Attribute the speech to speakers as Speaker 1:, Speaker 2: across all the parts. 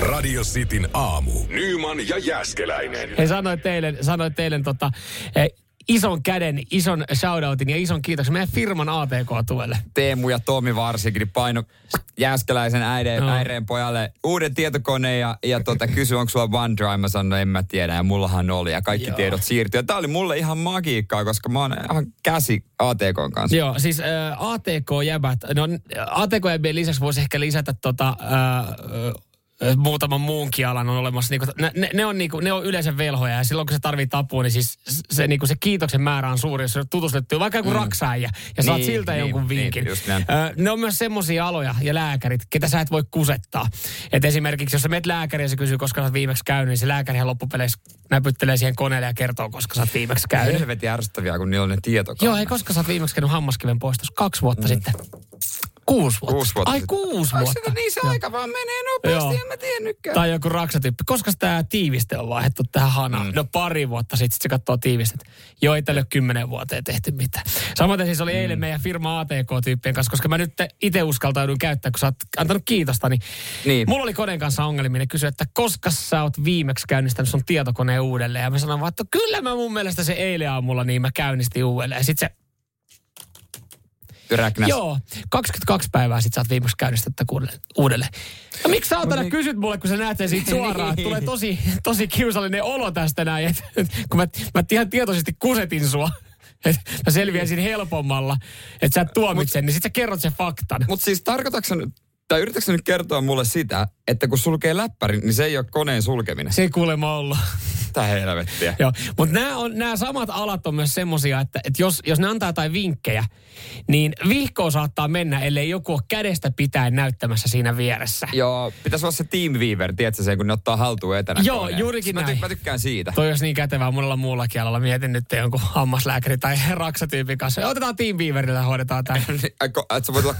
Speaker 1: Radio Cityn aamu. Nyman ja Jäskeläinen.
Speaker 2: He sanoit eilen, sanoit eilen tota, eh, ison käden, ison shoutoutin ja ison kiitoksen meidän firman ATK-tuelle.
Speaker 3: Teemu ja Tomi varsinkin niin paino jääskeläisen äidin, no.
Speaker 2: Joo.
Speaker 3: äireen pojalle uuden tietokoneen ja, ja tota, kysyi, onko sulla OneDrive. Mä sanoin, no en mä tiedä ja mullahan oli ja kaikki Joo.
Speaker 2: Joo.
Speaker 3: tiedot siirtyi. Ja tää oli mulle ihan magiikkaa, koska mä oon ihan käsi ATKn kanssa.
Speaker 2: Joo, siis äh, ATK-jäbät, no ATK-jäbien lisäksi voisi ehkä lisätä tota, äh, äh, muutaman muunkin alan on olemassa. Niinku, ne, ne- ne, on niinku, ne on yleensä velhoja ja silloin kun se tarvitsee apua, niin siis se, niinku, se kiitoksen määrä on suuri, jos tutustuttuu vaikka joku mm. raksaaja ja saat
Speaker 3: Niin,
Speaker 2: siltä
Speaker 3: niin,
Speaker 2: jonkun
Speaker 3: niin,
Speaker 2: vinkin.
Speaker 3: just näin.
Speaker 2: Ö, ne on myös semmoisia aloja ja lääkärit, ketä sä et voi kusettaa. Et esimerkiksi jos sä meet lääkäriin ja se kysyy, koska sä oot viimeksi käynyt, niin se lääkäri loppupeleissä näpyttelee siihen koneelle ja kertoo, koska sä oot viimeksi käynyt.
Speaker 3: Helvetin ärsyttäviä, kun niillä on ne tietokoneet.
Speaker 2: Joo, hei, koska sä oot viimeksi käynyt hammaskiven poistos? Kaksi vuotta mm. sitten. Kuusi vuotta.
Speaker 3: Kuusi vuotta
Speaker 2: Ai
Speaker 3: sitten.
Speaker 2: kuusi
Speaker 3: Ai,
Speaker 2: vuotta.
Speaker 3: sitä niin se
Speaker 2: Joo.
Speaker 3: aika vaan menee
Speaker 2: Joo.
Speaker 3: nopeasti, en mä tiennytkään.
Speaker 2: Tai joku raksatyyppi. Koska tämä tiiviste on vaihdettu tähän hanaan? Mm. No pari vuotta sitten sit se katsoo tiivistet. Joo, ei tälle kymmenen vuoteen tehty mitään. Samaten siis oli mm. eilen meidän firma ATK-tyyppien kanssa, koska mä nyt itse uskaltaudun käyttää, kun sä oot antanut kiitosta. Niin
Speaker 3: Niin.
Speaker 2: Mulla oli koneen kanssa ongelmia, ne kysyi, että koska sä oot viimeksi käynnistänyt sun tietokoneen uudelleen. Ja mä sanoin vaan, että kyllä mä mun mielestä se eilen aamulla, niin mä käynnistin uudelleen. Ja sit se
Speaker 3: Räknäs.
Speaker 2: Joo, 22 päivää sit sä oot viimeksi käynnistänyt tätä kuudelle- uudelleen. No miksi sä Antana
Speaker 3: niin-
Speaker 2: kysyt mulle, kun sä näet sen siitä suoraan?
Speaker 3: Niin.
Speaker 2: Tulee tosi, tosi kiusallinen olo tästä näin, et, kun mä, mä ihan tietoisesti kusetin sua. Et mä selviäisin helpommalla, että sä et tuomitse, niin sit sä kerrot sen faktan.
Speaker 3: Mutta siis tarkoitatko nyt, tai yritätkö sä nyt kertoa mulle sitä, että kun sulkee läppärin, niin se ei ole koneen sulkeminen.
Speaker 2: se ei kuulemma ollut.
Speaker 3: Sitä helvettiä.
Speaker 2: Joo, mutta nämä, on, nämä samat alat on myös semmosia, että, että jos, jos ne antaa jotain vinkkejä, niin vihkoon saattaa mennä, ellei joku ole kädestä pitäen näyttämässä siinä vieressä.
Speaker 3: Joo, pitäisi olla se Teamweaver, tiedätkö se, kun ne ottaa haltuun etänä.
Speaker 2: Joo,
Speaker 3: koneen.
Speaker 2: juurikin
Speaker 3: mä,
Speaker 2: näin.
Speaker 3: Mä tykkään siitä.
Speaker 2: Toi olisi niin kätevää monella muullakin alalla. Mietin nyt jonkun hammaslääkäri tai raksatyypin kanssa. Otetaan Teamweaverillä ja hoidetaan tämä.
Speaker 3: Niin. Että sä voit olla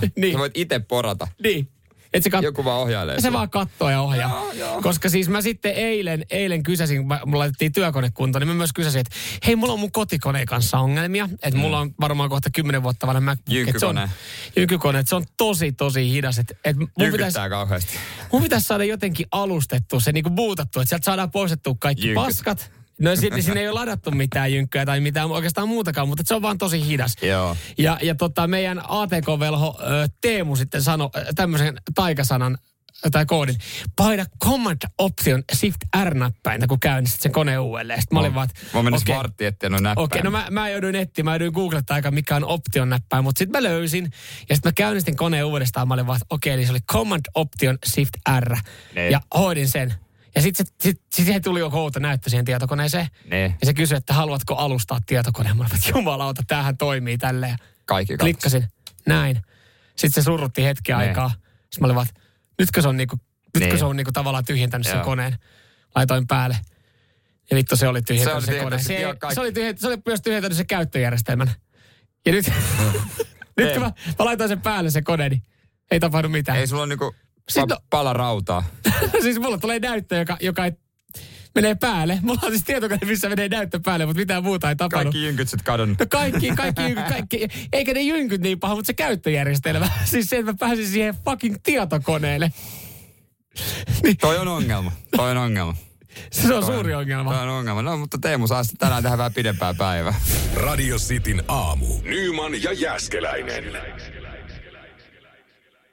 Speaker 2: Niin.
Speaker 3: niin. sä voit itse porata.
Speaker 2: niin. Et se, kat-
Speaker 3: Joku vaan ohjailee.
Speaker 2: se
Speaker 3: sua.
Speaker 2: vaan kattoo ja ohjaa.
Speaker 3: Joo, joo.
Speaker 2: Koska siis mä sitten eilen, eilen kysäsin, kun mä- mulla laitettiin työkonekuntoon, niin mä myös kysäsin, että hei, mulla on mun kotikoneen kanssa ongelmia. Että
Speaker 3: Mm.
Speaker 2: mulla on varmaan kohta 10 vuotta vanha MacBook. Et se on-
Speaker 3: Jynkykone.
Speaker 2: Jynkykone. Että se on tosi, tosi hidas. Että et mun
Speaker 3: Jykyttää
Speaker 2: pitäisi...
Speaker 3: pitäis... kauheasti.
Speaker 2: Mun pitäisi saada jotenkin alustettua, se niinku buutattua, että sieltä saadaan poistettua kaikki
Speaker 3: Jynkyt.
Speaker 2: Jynkyt. paskat. No sitten sinne ei ole ladattu mitään jynkkyä tai mitään oikeastaan muutakaan, mutta se on vaan tosi hidas.
Speaker 3: Joo.
Speaker 2: Ja, ja tota, meidän ATK-velho ö, Teemu sitten sanoi tämmöisen taikasanan ö, tai koodin. Paina Command Option Shift R-näppäintä, kun käynnistät sen koneen uudelleen. Sitten mä olin vaan,
Speaker 3: Mä menin
Speaker 2: okei.
Speaker 3: okay. vartti, ettei ole näppäin.
Speaker 2: Okei, no mä, mä jouduin etsimään, mä jouduin googlettaa aika mikä on option näppäin, mutta sitten mä löysin ja sitten mä käynnistin koneen uudestaan, mä olin vaan, että okei, eli se oli Command Option Shift R
Speaker 3: Ne.
Speaker 2: ja hoidin sen. Ja sitten sit, sit, sit siihen tuli joku outo näyttö siihen tietokoneeseen.
Speaker 3: Ne.
Speaker 2: Ja se kysyi, että haluatko alustaa tietokoneen. Mä olin, vaan, että jumalauta, tämähän toimii tälleen.
Speaker 3: Kaikki Klikka.
Speaker 2: Klikkasin, näin. Sitten se surrutti hetki
Speaker 3: Ne.
Speaker 2: aikaa. Sitten mä olin vaan, että nytkö se on, niinku, nytkö
Speaker 3: Ne.
Speaker 2: se on niinku tavallaan tyhjentänyt sen
Speaker 3: Niin. Joo.
Speaker 2: koneen. Laitoin päälle. Ja vittu se oli tyhjentänyt
Speaker 3: oli
Speaker 2: se, se kone.
Speaker 3: tyhjentänyt
Speaker 2: Se,
Speaker 3: se-
Speaker 2: ei-
Speaker 3: joo, kaikki.
Speaker 2: se, oli tyhjentänyt, se oli myös tyhjentänyt se käyttöjärjestelmän. Ja nyt, nyt kun mä, mä laitoin sen päälle se kone, niin ei tapahdu mitään.
Speaker 3: Niin. Ei sulla on niinku
Speaker 2: Sit no-
Speaker 3: pa-
Speaker 2: on-
Speaker 3: pala rautaa.
Speaker 2: siis mulla tulee näyttö, joka, joka ei, menee päälle. Mulla on siis tietokone, missä menee näyttö päälle, mutta mitään muuta ei tapahdu.
Speaker 3: Kaikki jynkyt sit kadonnut.
Speaker 2: No kaikki, kaikki, jynkyt, kaikki, eikä ne jynkyt niin paha, mutta se käyttöjärjestelmä. Siis se, että mä pääsin siihen fucking tietokoneelle. Niin,
Speaker 3: Toi on ongelma. Toi on ongelma.
Speaker 2: Se on suuri ongelma.
Speaker 3: Tämä on ongelma. No, mutta Teemu saa sitten tänään tehdä vähän pidempää päivää.
Speaker 1: Radio Cityn aamu. Nyman ja Jäskeläinen.